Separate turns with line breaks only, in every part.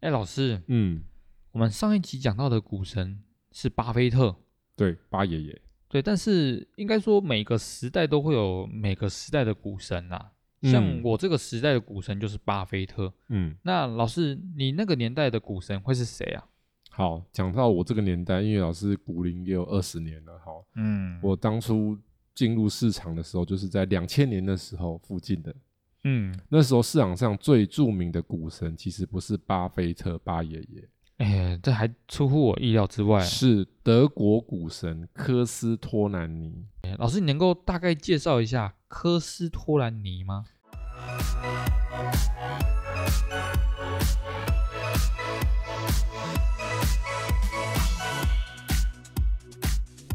哎、老师，
嗯，
我们上一集讲到的股神是巴菲特，
对，八爷爷，
对，但是应该说每个时代都会有每个时代的股神啦。
嗯
像我这个时代的股神就是巴菲特。
嗯，
那老师，你那个年代的股神会是谁啊？
好，讲到我这个年代，因为老师股龄也有二十年了，好，
嗯
我当初进入市场的时候，就是在两千年的时候附近的。
嗯，
那时候市场上最著名的股神，其实不是巴菲特巴爷爷，
哎、这还出乎我意料之外。啊
是德国股神科斯托兰尼。
哎老师，你能够大概介绍一下科斯托兰尼吗？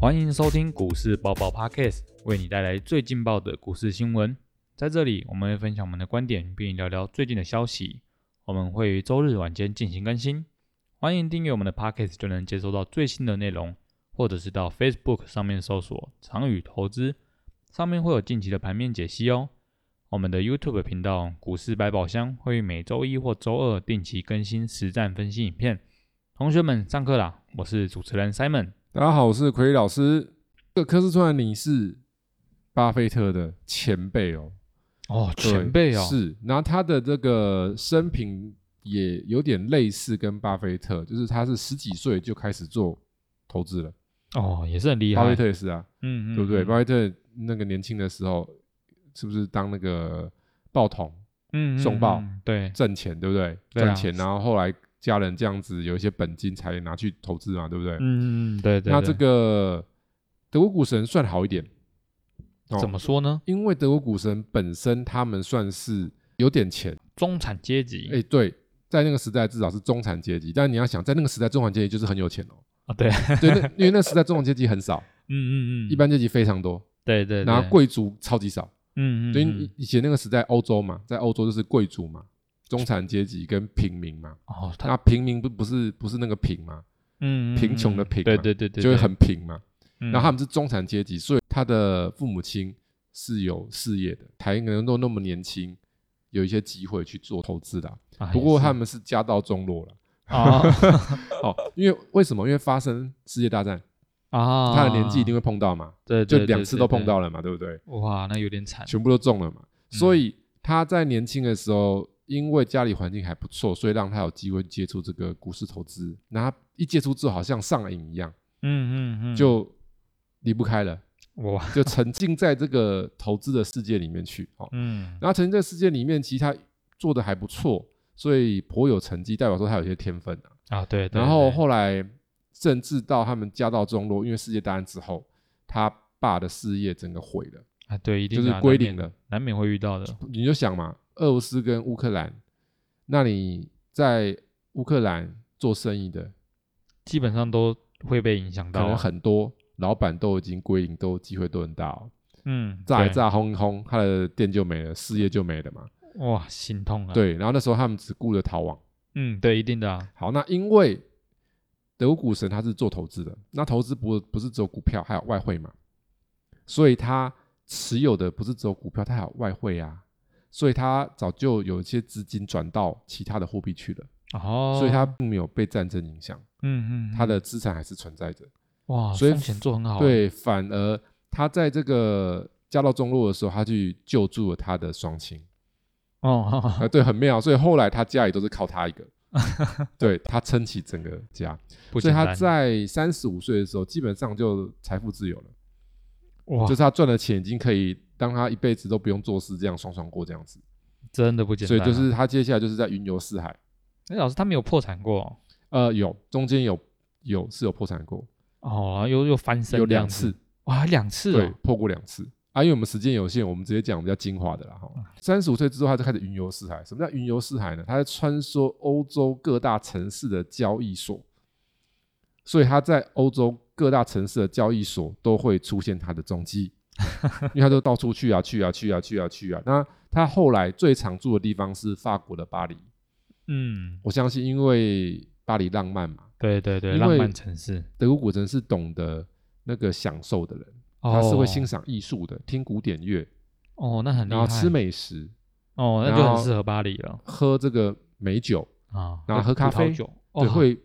欢迎收听股市爆爆 Podcast，为你带来最劲爆的股市新闻。在这里，我们会分享我们的观点，并聊聊最近的消息。我们会于周日晚间进行更新，欢迎订阅我们的 Podcast，就能接收到最新的内容。或者是到 Facebook 上面搜索“长宇投资”，上面会有近期的盘面解析哦。我们的 YouTube 频道“股市百宝箱”会每周一或周二定期更新实战分析影片。同学们，上课啦！我是主持人 Simon。
大家好，我是奎老师。这个科斯托兰尼是巴菲特的前辈哦，
哦，
对
前辈哦，
是，然后他的这个生平也有点类似跟巴菲特，就是他是十几岁就开始做投资了，
哦，也是很厉害。
巴菲，特也是啊，
嗯嗯，
对不对？
嗯
巴菲特那个年轻的时候，是不是当那个报童
嗯，嗯
送报
嗯对，
挣钱，对不对？
对啊
赚钱，然后后来家人这样子有一些本金才拿去投资嘛，对不对？
嗯嗯，嗯对对。
那
对
这个德国股神算好一点，哦
怎么说呢？
因为德国股神本身他们算是有点钱。
中产阶级，
哎、对，在那个时代至少是中产阶级，但你要想，在那个时代中产阶级就是很有钱哦。
啊，对，
对，那因为那时代中产阶级很少，
嗯嗯嗯，
一般阶级非常多，
对对，对
然后，贵族超级少。
嗯嗯，
所以
嗯
以以前那个时代，欧洲嘛，在欧洲就是贵族嘛、中产阶级跟平民嘛。
哦，他
那平民不不是不是那个贫嘛，
嗯嗯
贫穷的
嗯
贫
对
嘛
对对对，
就会
对，
很贫嘛。
嗯
然后他们是中产阶级，所以他的父母亲是有事业的，才能够那么年轻，有一些机会去做投资的啊。
啊
不
也
过
是
他们是家道中落了。
啊
哦，因为为什么？因为发生世界大战，
啊，
他的年纪一定会碰到嘛，
对，
就
对
两次都碰，
对嗯
到了嘛，对不对？
对对哇，那有点惨，
全部都中了嘛，所以他在年轻的时候，因为家里环境还不错，所以让他有机会接触这个股市投资。那他一接触之后，好像上瘾一样，
嗯嗯嗯，
就离不开了，
哇，
就沉浸在这个投资的世界里面去。哦，
嗯
然后沉浸在世界里面，其实他做的还不错，所以颇有成绩，代表说他有些天分啊。
啊对，对
然后
对
后来甚至到他们家道中落，因为世界大战之后，他爸的事业整个毁了，
啊对，一定
就是
的啊
归
难免
零了。
难免会遇到的，
你就想嘛，俄罗斯跟乌克兰，那你在乌克兰做生意的，
基本上都会被影响
可
到啊，
能很多老板都已经归零，都机会都很大、哦，
嗯，
炸一
对，
炸轰一轰，他的店就没了，事业就没了嘛。
哇，心痛啊，，
对，然后那时候他们只顾着逃亡。
嗯对，一定的啊，
好，那因为德国股神他是做投资的，那投资不不是只有股票，还有外汇嘛，所以他持有的不是只有股票，他还有外汇啊，所以他早就有一些资金转到其他的货币去了，
哦，
所以他并没有被战争影响，
嗯嗯，
他
嗯
的资产还是存在着，
哇，
所以
风险做很嗯好，，啊
对，反而他在这个家道中落的时候，他去救助了他的 双亲。
哦，
啊，对，很妙，所以后来他家里都是靠他一个， 对他撑起整个家。
不
所
简
以他
单
在三十五岁的时候，基本上就财富自由了，
哇
就是他赚的钱已经可以让他一辈子都不用做事，这样爽爽过这样子。
真的不简
所
单
以
啊，
就是他接下来就是在云游四海，
哎老师他没有破产过哦
呃，有中间有有是有破产过，
哦，又又翻身
有
这样
两
子
次，，
哇，两次
对
哦，，
破过两次。啊，因为我们时间有限，我们直接讲比较精华的啦哈。三十五岁之后，他就开始云游四海。什么叫云游四海呢？他在穿梭欧洲各大城市的交易所，所以他在欧洲各大城市的交易所都会出现他的踪迹，因为他就到处去啊去啊去啊去啊去啊。那他后来最常住的地方是法国的巴黎，
嗯，
我相信因为巴黎浪漫嘛，
对对对，
因
浪
为
漫城市，
德国古城是懂得那个享受的人，
哦
他是会欣赏艺术的，听古典乐。
哦，那很厉
然后
害
吃。美食，
哦，那
然
就很
后
适合巴黎了。
喝这个美酒，
啊，
然后
会
喝咖
葡萄
啡
酒，
对，
哦
会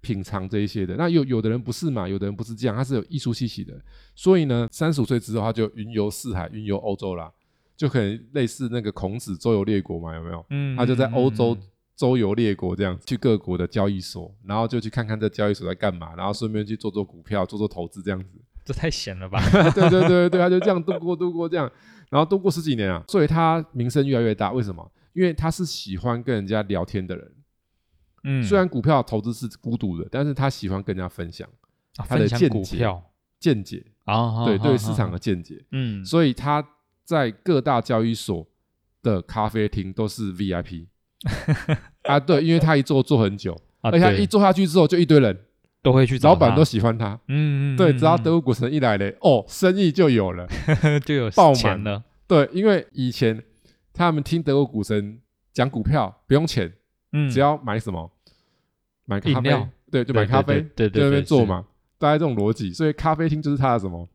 品尝这一些的。那有有的人不是嘛，有的人不是这样，他是有艺术气息的。所以呢，三十五岁之后他就云游四海，云游欧洲啦，就可能类似那个孔子周游列国嘛，有没有？
嗯，
他就在欧洲
嗯嗯嗯
周游列国这样，去各国的交易所，然后就去看看这交易所在干嘛，然后顺便去做做股票，做做投资这样子。
这太闲 了吧？
对对对对，他就这样度过度过这样，然后度过十几年啊，所以他名声越来越大。为什么？因为他是喜欢跟人家聊天的人，
嗯，
虽然股票投资是孤独的，但是他喜欢跟人家分享
啊
他的
分享
见
股
解
票
见解，
啊，
对
哈
对
哈
市
哈
场的见解。
嗯
所以他在各大交易所的咖啡厅都是 VIP 啊，对，因为他一坐坐很久，
啊，
而且他
对
一坐下去之后就一堆人，
都会去找
老板
他
都喜欢他。
嗯嗯，
对，
嗯
只要
嗯
德国股神一来嘞，哦，生意就有了。
就有
爆
钱
满
了，
对，因为以前他们听德国股神讲股票不用钱，
嗯，
只要买什么，买咖
饮
啡
料，
对，就
对
买咖
对
啡，
对对
就在
对
那边
是
做嘛，大概这种逻辑。所以咖啡厅就是他的什么，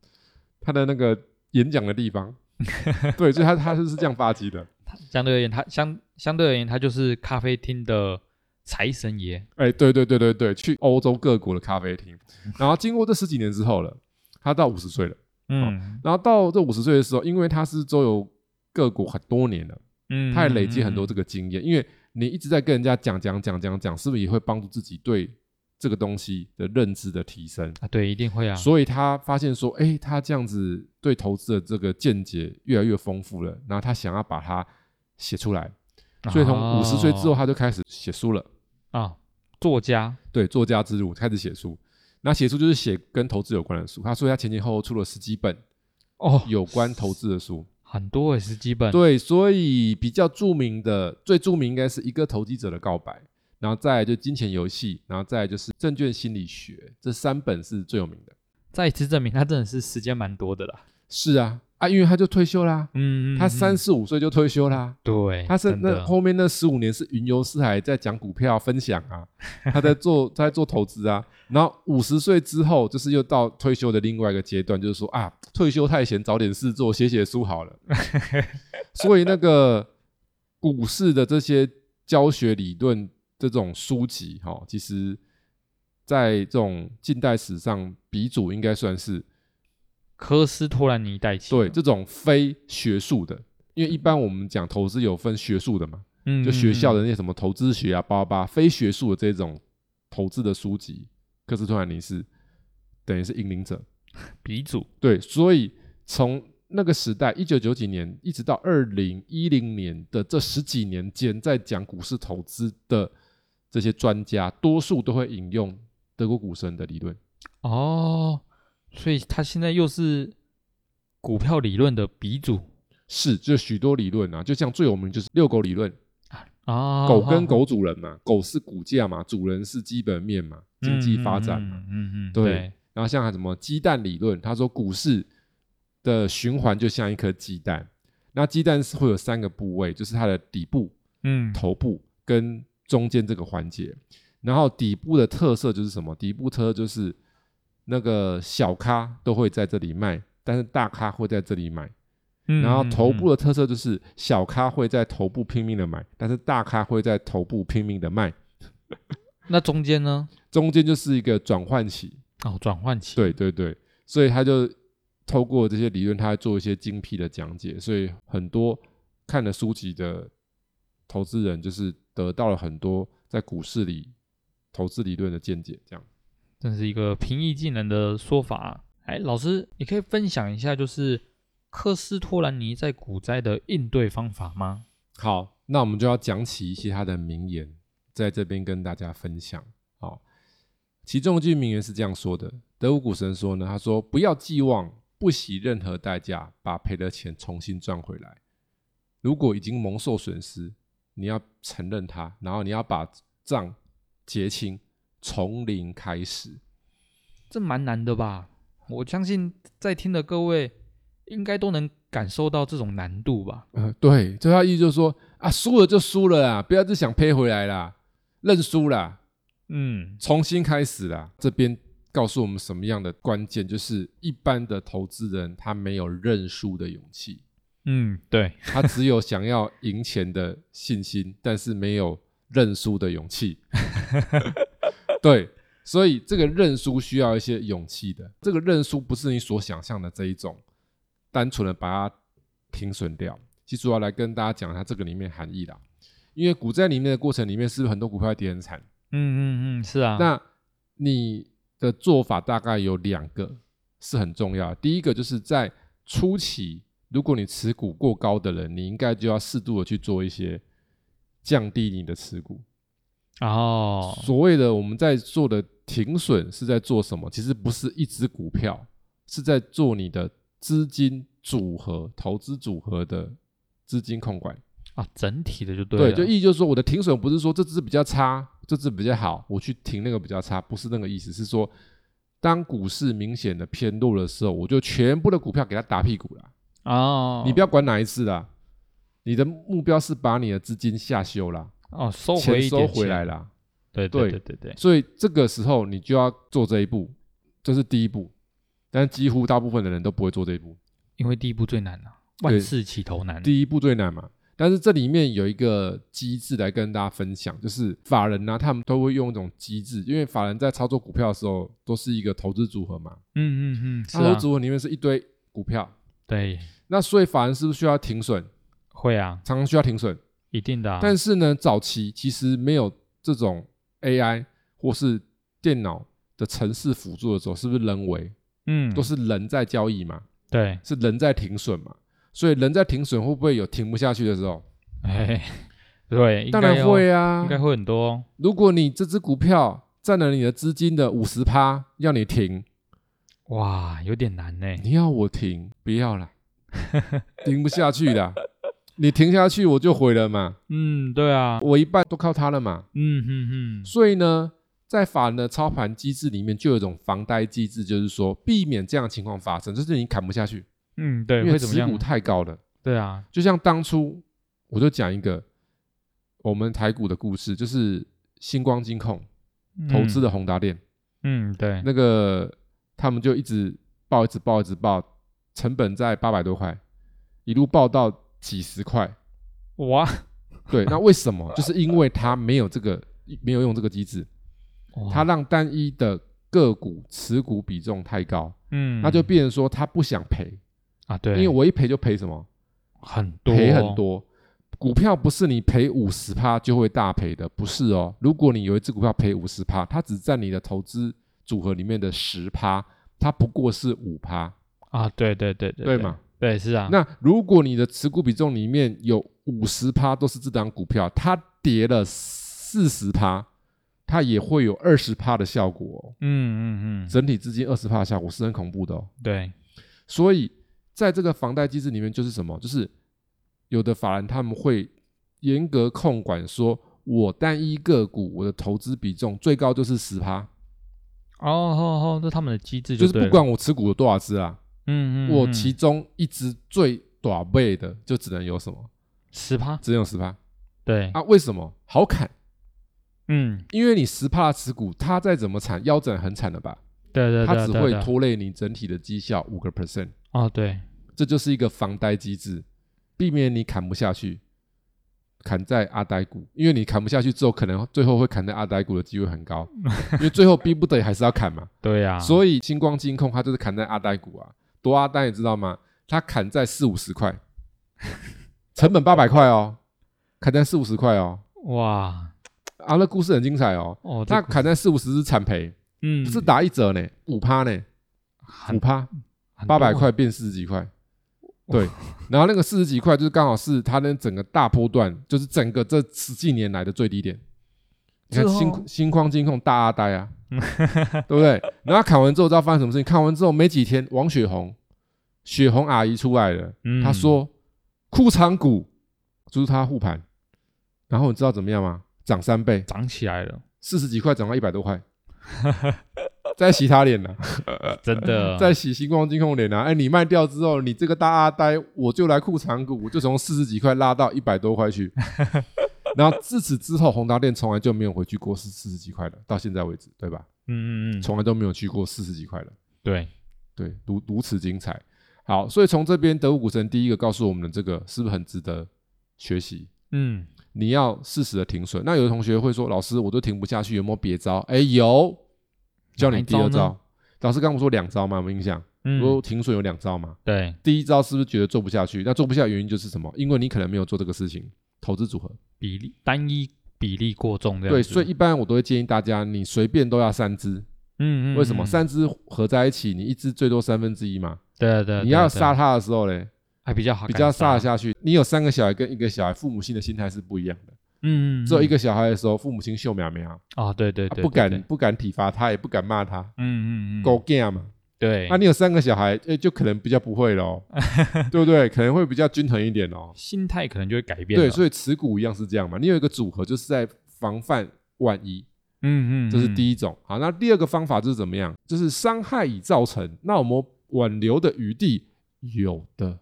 他的那个演讲的 地方。对，所以他他就是这样发迹的。
相对而言，他相相对而言，他就是咖啡厅的财神爷，
哎，对对对对对，去欧洲各国的咖啡厅，然后经过这十几年之后了，他到五十岁了，
嗯
然后到这五十岁的时候，因为他是周游各国很多年了。
嗯，
他也累积很多
嗯
这个经验，因为你一直在跟人家讲讲讲讲讲，是不是也会帮助自己对这个东西的认知的提升？
啊，对，一定会啊，
所以他发现说，哎，他这样子对投资的这个见解越来越丰富了，然后他想要把它写出来，所以从五十岁之后
哦
他就开始写书了，
啊，作家
对，作家之路开始写书。那写书就是写跟投资有关的书，他说他前前后后出了十几本
哦，
有关投资的书，
很多也是基本，
对，所以比较著名的，最著名应该是一个投机者的告白，然后再来就金钱游戏，然后再来就是证券心理学，这三本是最有名的。
再一次证明他真的是时间蛮多的啦，
是啊，啊，因为他就退休啦，
嗯，嗯
他
嗯
三十五岁就退休啦。
对，
他是
真
那
的
后面那十五年是云游四海，在讲股票分享啊，他 在做他在做投资啊。然后五十岁之后，就是又到退休的另外一个阶段，就是说啊，退休太闲，找点事做，写写书好 了。所以那个股市的这些教学理论这种书籍，哈、其实在这种近代史上，鼻祖应该算是
科斯托兰尼带起，
对，这种非学术的，因为一般我们讲投资有分学术的嘛。
嗯，
就学校
的
的那些什么投资学啊、巴拉巴拉非学术的这种投资的书籍，克斯托兰尼是等于是引领者。
鼻祖，
对，所以从那个时代一九九几年一直到二零一零年的这十几年间，在讲股市投资的这些专家，多数都会引用德国股神的理论。
哦，所以他现在又是股票理论的鼻祖
是，就许多理论啊，就像最有名就是遛狗理论，
啊，
狗跟
哈
狗主人嘛，狗是股价嘛，主人是基本面嘛，经济发展嘛。
嗯，嗯嗯嗯，
对
对，
然后像什么鸡蛋理论，他说股市的循环就像一颗鸡蛋，那鸡蛋是会有三个部位，就是它的底部、
嗯，
头部跟中间这个环节。然后底部的特色就是什么？底部特色就是那个小咖都会在这里卖，但是大咖会在这里买。
嗯
然后头部
的
的特色就是小咖会在头部拼命的买，但是大咖会在头部拼命的卖。
那中间呢？
中间就是一个转换期，
哦，转换期，
对对对，所以他就透过这些理论，他还做一些精辟的讲解，所以很多看了书籍的投资人，就是得到了很多在股市里投资理论的见解。这样，
真是一个平易近人的说法啊。哎，老师，你可以分享一下，就是科斯托兰尼在股灾的应对方法吗？
好，那我们就要讲起一些他的名言，在这边跟大家分享。好，其中一句名言是这样说的：德国股神说呢，他说不要寄望不惜任何代价把赔的钱重新赚回来。如果已经蒙受损失，你要承认它，然后你要把账结清，从零开始。
这蛮难的吧？我相信在听的各位应该都能感受到这种难度吧？
嗯、对，就他意思就是说啊，输了就输了啦，不要再想赔回来啦，认输啦。
嗯，
重新开始啦。这边告诉我们什么样的关键，就是一般的投资人他没有认输的勇气，
嗯，对，
他只有想要赢钱的信心，但是没有认输的勇气。对，所以这个认输需要一些勇气的。这个认输不是你所想象的这一种，单纯的把它停损掉。其实我要来跟大家讲一下这个里面含义啦，因为股灾里面的过程里面，是不是很多股票跌很惨？
嗯嗯嗯，是啊，
那你的做法大概有两个是很重要的。第一个就是在初期，如果你持股过高的人，你应该就要适度的去做一些降低你的持股。
哦，
所谓的我们在做的停损是在做什么？其实不是一只股票，是在做你的资金组合、投资组合的资金控管。
啊，整体的就对啊
对，
了，
就意思就是说，我的停损不是说这只比较差，这只比较好，我去停那个比较差，不是那个意思，是说当股市明显的偏弱的时候，我就全部的股票给它打屁股了，
哦，
你不要管哪一次啦，你的目标是把你的资金下修啦，
哦收
钱
回一
收
点
回
钱
来，啦，
对
对
对对对对，
所以这个时候你就要做这一步，这是第一步，但几乎大部分的人都不会做这一步，
因为第一步最难啊，
对
万事起头难，
第一步最难嘛。但是这里面有一个机制来跟大家分享，就是法人呢、他们都会用一种机制，因为法人在操作股票的时候都是一个投资组合嘛，
嗯嗯嗯，是
投
啊
资，组合里面是一堆股票，
对，
那所以法人是不是需要停损？
会啊，
常常需要停损，
一定的啊，
但是呢，早期其实没有这种 AI 或是电脑的城市辅助的时候，是不是人为
嗯
都是人在交易嘛，
对，
是人在停损嘛？所以人在停损会不会有停不下去的时候？
哎，对，应
当
该
然
要
会啊，
应该会很多哦，
如果你这只股票占了你的资金的五十趴，要你停，
哇，有点难呢，
你要我停，不 要啦，停不下去啦。你停下去我就毁了嘛，
嗯，对啊，
我一半都靠它了嘛。
嗯嗯嗯，
所以呢，在法人的操盘机制里面，就有一种防呆机制，就是说避免这样的情况发生，就是你砍不下去，
嗯，对，
因为
会怎么
持
样
股？太高了。
对啊，
就像当初我就讲一个我们台股的故事，就是星光金控投资
的，
的宏达电。
嗯，对，
嗯那个他们就一直报，一直报，一直报，成本在八百多块，一路报到几十块。
哇，
对，那为什么？ 就是因为它没有这个，没有用这个机制，
哇
它让单一的个股持股比重太高，
嗯，
那就变成说他不想赔，
啊，对，
因为我一赔就赔什么？
很多
赔很，多。股票不是你赔五十趴就会大赔的，不是哦。如果你有一只股票赔五十趴，它只占你的投资组合里面的十趴，它不过是五趴。
啊，对对对对
对嘛？？
对，是啊，
那如果你的持股比重里面有五十趴都是这档股票，它跌了四十趴，它也会有二十趴的效果、哦，
嗯嗯嗯，
整体资金二十趴的效果是很恐怖的、哦。
对，
所以在这个房贷机制里面，就是什么？就是有的法人他们会严格控管说。我单一个股，我的投资比重最高就是十趴，
哦哦哦，这他们的机制
就是
对
不
了，
管我持股有多少只啊，
嗯嗯，
我其中一只最短倍的就只能有什么？
十趴，
只能有十趴。
对，
啊，为什么好砍？
嗯，
因为你十帕持股，它再怎么惨，腰斩很惨的吧？
对对，
它
对
只
对
会
对
拖累你整体的绩效五个 percent，
哦，对，
这就是一个防呆机制，避免你砍不下去，砍在阿呆股，因为你砍不下去之后，可能最后会砍在阿呆股的机会 很高，因为最后逼不得已还是要砍嘛。
对啊呀，
所以星光金控它就是砍在阿呆股啊，多阿呆你知道吗？它砍在四五 十块，成本八百块哦，砍在四五十块哦，
哇，
啊，那故事很精彩哦。
哦，这
他
个
砍在四五十是惨赔，
嗯
是打一折呢，五趴呢，
很
五趴
很
八百
多啊
块变四十几块，对，然后那个四十几块就是刚好是他那整个大波段，就是整个这十几年来的最低点。你看
是哦
新新框金控大阿呆 啊，对不对？然后砍完之后，知道发生什么事情？砍完之后没几天，王雪红，雪红阿姨出来了，
嗯
她说库藏股就是她护盘，然后你知道怎么样吗？涨三倍，
涨起来了，
四十几块涨到一百多块，在洗他脸呢、
真的，
呃
嗯
在洗星光金控脸呢、啊。哎，你卖掉之后，你这个大阿呆，我就来库藏股，我就从四十几块拉到一百多块去。然后自此之后，宏达电从来就没有回去过四四十几块了，到现在为止，对吧？
嗯嗯嗯，
从来都没有去过四十几块了，
对，
对，如如此精彩。好，所以从这边德国股神第一个告诉我们的这个是不是很值得学习？
嗯，
你要适时的停损。那有的同学会说，老师我都停不下去，有没有别招？哎，有，教
哪
你
一
第二
招呢
招。老师刚刚不是说两招吗？有没有印象？
嗯
我说停损有两招嘛。
对，
第一招是不是觉得做不下去？那做不下的原因就是什么？因为你可能没有做这个事情，投资组合。
比例单一比例过重这样
对，
子
所以一般我都会建议大家，你随便都要三只。
嗯嗯，
为什么？
嗯
三只合在一起，你一只最多三分之一嘛。
对对，
你要
对
杀
对
它的时候嘞，
还比较好，
比较
杀
杀得，下去。你有三个小孩跟一个小孩，父母亲的心态是不一样的。
嗯，嗯
只有一
嗯
个小孩的时候，父母亲秀苗苗，
啊，对对
他
对，
不
对
敢
对
不敢体罚他，也不敢骂他，
嗯嗯嗯，
狗干嘛。
对
啊，，你有三个小孩，哎，就可能比较不 会咯，对不对？可能会比较均衡一点哦。
心态可能就会改变了，
对，所以持股一样是这样嘛。你有一个组合，就是在防范万一，
嗯嗯，
这是
一，
第一种。好，那第二个方法就是怎么样？就是伤害已造成，那我们挽留的余地有的。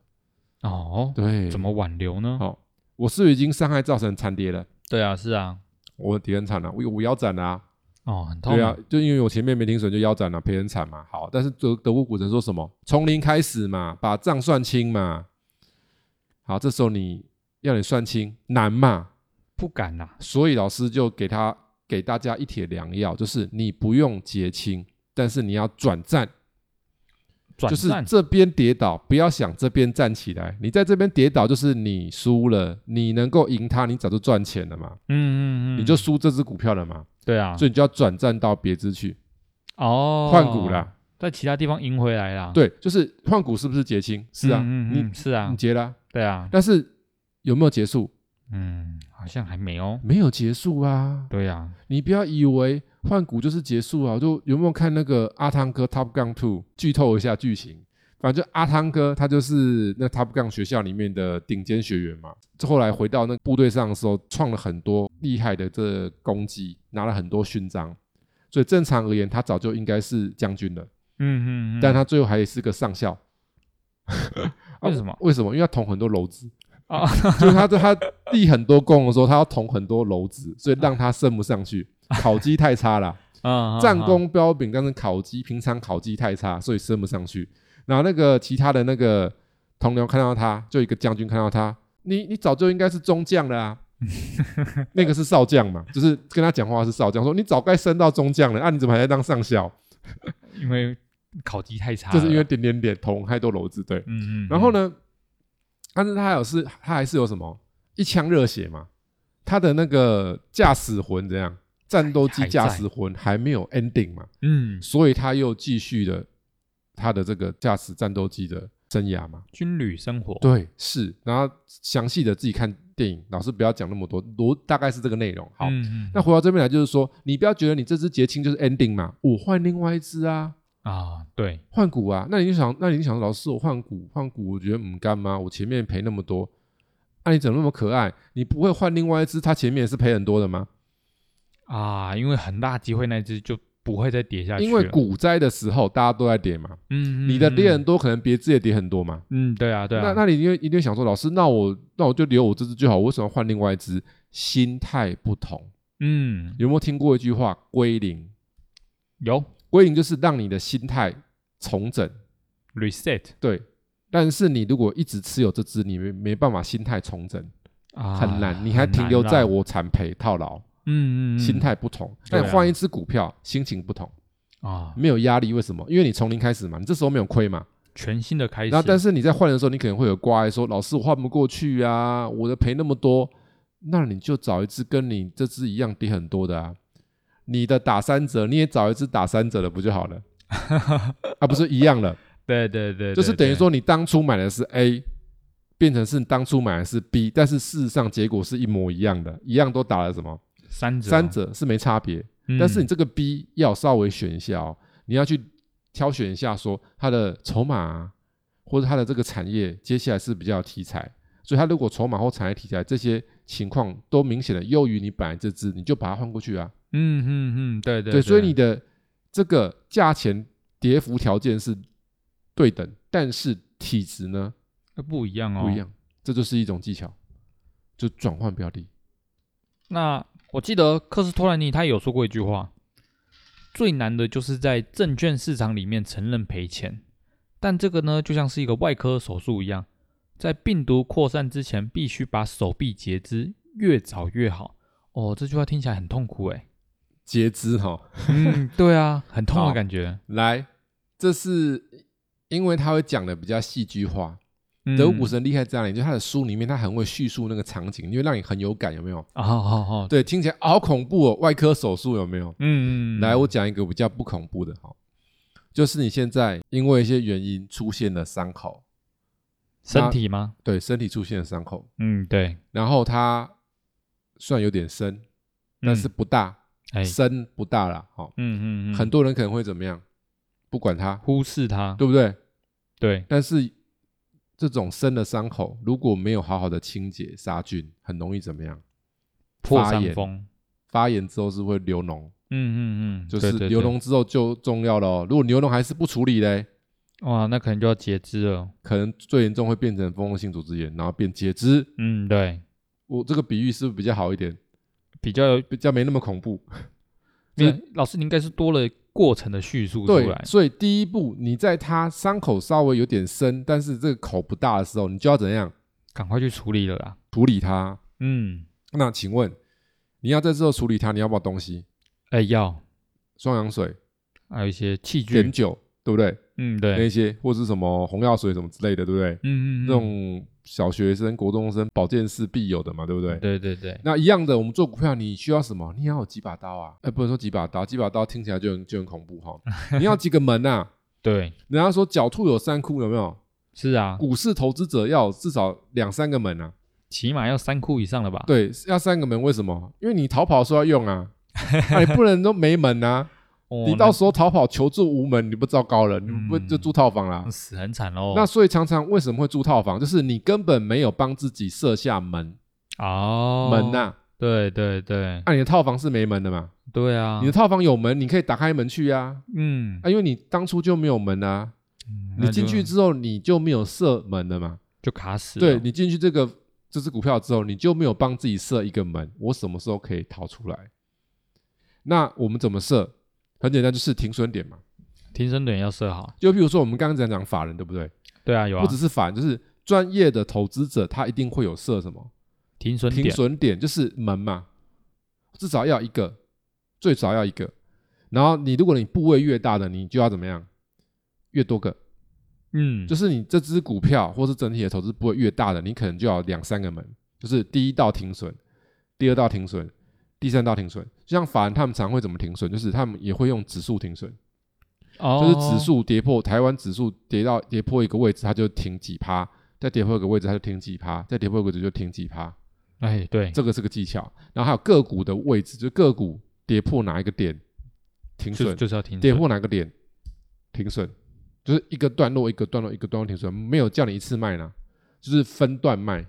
哦，
对，
怎么挽留呢？
好、我是不是已经伤害造成惨跌了，
对啊，是啊，
我跌很惨了、啊我有我腰斩啦、
哦，很痛，
对啊，，就因为我前面没停损就腰斩了、赔很惨嘛。好，但是德德国股神说什么？从零开始嘛，把账算清嘛。好，这时候你要你算清难嘛，
不敢啊呐，
所以老师就给他给大家一帖良药，就是你不用结清，但是你要转战，
转
就是
战
这边跌倒，不要想这边站起来。你在这边跌倒，就是你输了，你能够赢他，你早就赚钱了嘛，
嗯嗯嗯，
你就输这只股票了嘛，
对啊，
所以你就要转战到别支去
哦，
换股，啦。
在其他地方赢回来啦，
对，就是换股是不是结清？
嗯，
是啊，
嗯
你
嗯是啊
你，结啦，
对啊，
但是有没有结束？
嗯，好像还没哦，
没有结束啊！
对啊，
你不要以为换股就是结束啊！就有没有看那个阿汤哥 Top Gun Two？剧透一下剧情，反正就阿汤哥他就是那 Top Gun 学校里面的顶尖学员嘛。后来回到那部队上的时候，创了很多厉害的这功绩，拿了很多勋章。所以正常而言，他早就应该是将军了，
嗯嗯，嗯
但他最后还是个 上校。啊
为什么
为什么？因为他捅很多篓子，
啊，
就是他他立很多功的时候，他要捅很多篓子，所以让他升不上去。
啊
烤鸡太 差了。
嗯
战，功彪炳，但是烤鸡平常烤鸡太差，所以升不上去。然后那个其他的那个同僚看到他，就一个将军看到他，你你早就应该是中将了 啊。那个是少将嘛，就是跟他讲话是少将，说你早该升到中将了，啊你怎么还在当上校？
嗯嗯因为考级太差了，
就是因为点点点捅太多篓子，对。
嗯嗯，
然后
嗯？
呢，但是他还有是，他还是有什么一腔热血嘛？他的那个驾驶魂怎样？战斗机
还
驾
在
驶魂还没有 ending 嘛？
嗯，
所以他又继续了他的这个驾驶战斗机的生涯嘛。
军旅生活，
对，是。然后详细的自己看电影，老师不要讲那么多，罗大概是这个内容。好，
嗯，嗯
那回到这边来，就是说，你不要觉得你这只结清就是 ending 嘛，我换另外一只啊，
啊，对，
换股啊。那你就想，那你就想，老师，我换股换股，我觉得唔干吗？我前面赔那么多，啊那、你怎么那么可爱？你不会换另外一只，它前面也是赔很多的吗？
啊，因为很大机会那一只就不会再跌下去了，
因为股灾的时候大家都在跌嘛，
嗯，嗯，
你的
嗯
跌很，多，可能别只也跌很多嘛。
嗯，对啊，对啊，
那那你因为一定想说，老师，那我那我就留我这只就好，我为什么要换另外一只？心态不同，
嗯，
有没有听过一句话“归零
有”？
归零就是让你的心态重整，
reset
对。但是你如果一直持有这只，你没没办法心态重整，
啊，
很难，你还
很
停
难
留
啦
在我惨赔套牢，
嗯嗯嗯
心态不同。
对
但
啊
换一只股票，心情不同，
啊，
没有压力，为什么？因为你从零开始嘛，你这时候没有亏嘛，
全新的开始，
然后，但是你在换的时候，你可能会有挂碍，说老师我换不过去啊，我的赔那么多，那你就找一只跟你这只一样跌很多的啊。你的打三折，你也找一只打三折的不就好了？啊，不是一样了，
对对对，
就是
对
等于
对
说你当初买的是 A，变成是你当初买的是 B，但是事实上结果是一模一样的，一样都打了什么
三折
三，折是没差别，
啊嗯
但是你这个 B 要稍微选一下哦，你要去挑选一下，说它的筹码、啊、或者它的这个产业接下来是比较有题材，所以它如果筹码或产业题材这些情况都明显的优于你本来这只，你就把它换过去啊。
嗯嗯嗯，对对
对，所以你的这个价钱跌幅条件是对等，但是体质呢
那不一样哦，
不一。样，这就是一种技巧，就转换标的。
那我记得克斯托兰尼他有说过一句话：最难的就是在证券市场里面承认赔钱。但这个呢，就像是一个外科手术一样，在病毒扩散之前，必须把手臂截肢，越早越好。哦，这句话听起来很痛苦 哎。
截肢哈、
嗯，对啊，很痛的
好
感觉。
来，这是因为他会讲的比较戏剧化。
嗯
德国股神厉害在哪里？就他的书里面，他很会叙述那个场景，因为让你很有感，有没有？
啊，好好好，
对，听起来好恐怖哦，外科手术有没有？
嗯，嗯
来，我讲一个比较不恐怖的哈，就是你现在因为一些原因出现了伤口，
身体吗？
对，身体出现了伤口，
嗯，对，
然后它虽然有点深，但是不大，
嗯哎，
深不大啦，好、
嗯嗯嗯，
很多人可能会怎么样？不管它，
忽视它，
对不对？
对，
但是这种深的伤口如果没有好好的清洁杀菌，很容易怎么样？
破
发
伤
炎
风，
发炎之后是会流脓，
嗯嗯嗯，
就是
对对
流
对
脓之后就重要了哦。如果流脓还是不处理嘞，
哇，那可能就要截肢了。
可能最严重会变成蜂窝性组织炎，然后变截肢。
嗯，对，
我这个比喻是不是比较好一点？
比较有，
比较没那么恐怖。
你
对
老师你应该是多了过程的叙述出
对，
来，
所以第一步，你在它伤口稍微有点深，但是这个口不大的时候，你就要怎样
赶快去处理了啦。
处理它？
嗯，
那请问你要在之后处理它，你要不要东西？
哎，要
双氧水、
还有一些器
碘
具，
酒，对不对？
嗯，对，
那些或是什么红药水什么之类的，对不对？
嗯嗯，嗯
这种小学生、国中生保健室必有的嘛，对不对？
对对对，
那一样的，我们做股票，你需要什么？你要有几把刀啊？哎、不能说几把刀，几把刀听起来就很就很恐怖 哈。你要几个门呐、啊？
对，
人家说狡兔有三窟，有没有？
是啊，
股市投资者要至少两三个门啊。
起码要三库以上了吧？
对，要三个门，为什么？因为你逃跑的时候要用啊，那、你不能都没门啊。
哦，
你
那
到时候逃跑求助无门，你不糟糕了，你不
嗯
就住套房啦？
死很惨喽。
那所以常常为什么会住套房？就是你根本没有帮自己设下门、
哦，
门呐、啊
对对对
那、你的套房是没门的嘛？
对啊，
你的套房有门，你可以打开门去啊。
嗯，
啊，因为你当初就没有门啊，
嗯
你
那
进
就
去之后你就没有设门了嘛。
就卡死了。
对你进去这个这只股票之后，你就没有帮自己设一个门，我什么时候可以逃出来？那我们怎么设？很简单，就是停损点嘛。
停损点要设好。
就譬如说我们刚刚讲讲法人，对不对？
对啊，有啊
不，只是法人，就是专业的投资者，他一定会有设什么
停损
停
点。
损点，就是门嘛，至少要一个，最少要一个。然后你如果你部位越大的，你就要怎么样？越多个，
嗯，
就是你这只股票或是整体的投资部位越大的，你可能就要两三个门，就是第一道停损，第二道停损，第三道停损。就像法人他们常会怎么停损，就是他们也会用指数停损，
哦
就是指数跌破台湾指数跌到跌破一个位置，它就停几趴，再跌破一个位置它就停几趴，再跌破一个位置就停几趴，
哎，对，
这个是个技巧。然后还有个股的位置，就个股跌破哪一个点停
就
损，
就是要停
跌
损。
破哪个点停损，就是一个段落一个段落一个段落停损，没有叫你一次卖啦，就是分段卖。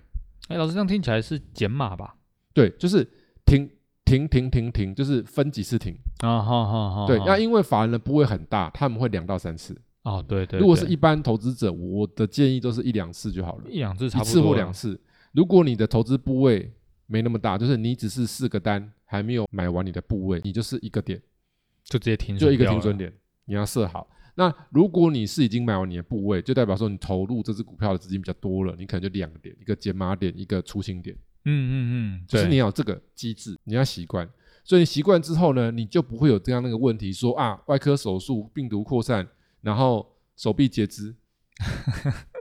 哎，老师这样听起来是减码吧？
对，就是停停停停停，就是分几次停。
啊，好好好，
对，
好
那因为法人的部位很大，他们会两到三次。
哦，对对，
如果
对
是一般投资者，我的建议都是一两次就好了，
一两次差
一
不多，
次或两。次。如果你的投资部位没那么大，就是你只是四个单还没有买完你的部位，你就是一个点。
就直接停损，
就一个停损。点，你要设好。那如果你是已经买完你的部位，就代表说你投入这只股票的资金比较多了，你可能就两个点，一个减码点，一个出清点，
嗯嗯嗯，
就是
对
你要有这个机制，你要习惯。所以你习惯之后呢，你就不会有这样那个问题说啊，外科手术、病毒扩散，然后手臂截肢。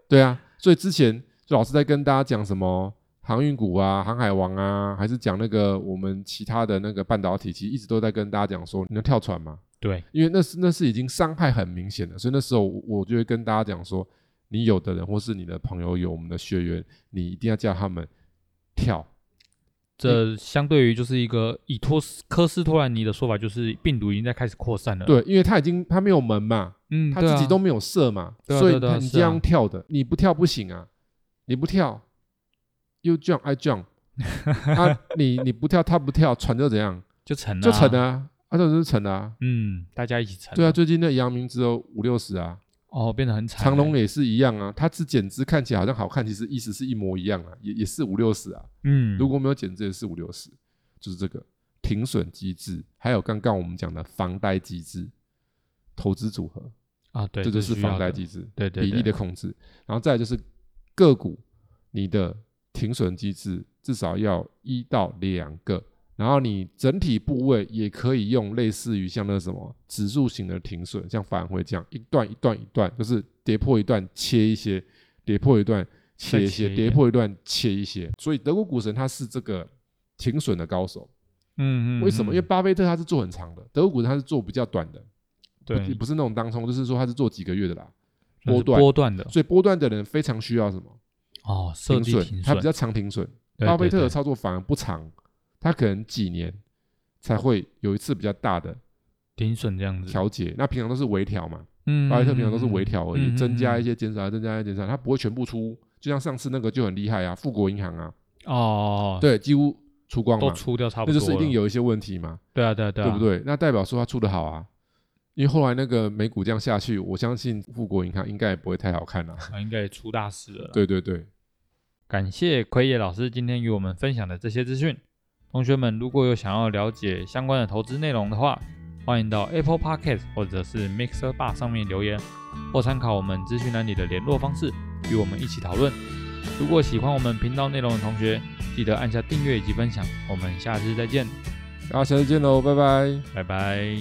对啊，所以之前就老师在跟大家讲什么航运股啊、航海王啊，还是讲那个我们其他的那个半导体，其实一直都在跟大家讲说，你能跳船吗？
对，
因为那是那是已经伤害很明显了，所以那时候我我就会跟大家讲说，你有的人或是你的朋友有我们的学员，你一定要叫他们跳，
这相对于就是一个以托斯科斯托兰尼的说法，就是病毒已经在开始扩散了。，
对，因为他已经他没有门嘛，
嗯，
他
对
自
啊
己都没有射嘛，
对啊
所以
对啊对啊
他你
是
这
啊
样跳的，你不跳不行啊，你不跳，you jump I jump，啊，你你不跳他不跳，船就 怎样
就成了，
就沉了。啊，啊这就是沉了啊，
嗯，大家一起成。
对啊，，最近那阳明只有五六十啊，
哦，变得很惨。
长隆，也是一样啊，它只减资看起来好像好看，其实意思是一模一样啊，也也是五六十啊。
嗯，
如果没有减资也是五六十，就是这个停损机制，还有刚刚我们讲的房贷机制、投资组合，
啊，对，
这就是
需要
房贷
的
机制
对对
比例
对
的控制。然后再来就是个股，你的停损机制至少要一到两个，然后你整体部位也可以用类似于像那什么指数型的停损，像返回这样一段一段一段，就是跌破一段切一些，跌破一段切一
再
些，
切一
跌
点
破一段切一些。所以德国股神他是这个停损的高手，
嗯嗯，
为什么？因为
嗯
巴菲特他是做很长的，德国股神他是做比较短的，不
对
不是那种当冲，就是说他是做几个月的啦。
就是
波段
波段的
所以波段的人非常需要什么？
哦，设
停
计
损，
停
它
损
比，较长停损。
对
巴菲特
对
的
对
操作反而不长，他可能几年才会有一次比较大的
停损这样子，
调节。那平常都是微调嘛，
嗯，
巴菲特平常都是微调而已，
嗯嗯嗯
增加一些减少，增加一些减少，他不会全部出。就像上次那个就很厉害啊，富国银行啊，
哦，
对，几乎出光
都
嘛，
出掉差不
那
多了，
就是一定有一些问题嘛，
对啊对啊对啊，
对不？对？那代表说他出的好啊。因为后来那个美股这样下去，我相信富国银行应该也不会太好看了、
啊，应该也出大事了。，
对对对，
感谢奎野老师今天与我们分享的这些资讯。同学们，如果有想要了解相关的投资内容的话，欢迎到 Apple Podcast 或者是 Mixer Bar 上面留言，或参考我们资讯栏里的联络方式，与我们一起讨论。如果喜欢我们频道内容的同学，记得按下订阅以及分享。我们下次再见，
大家下次见喽，拜拜。
拜拜。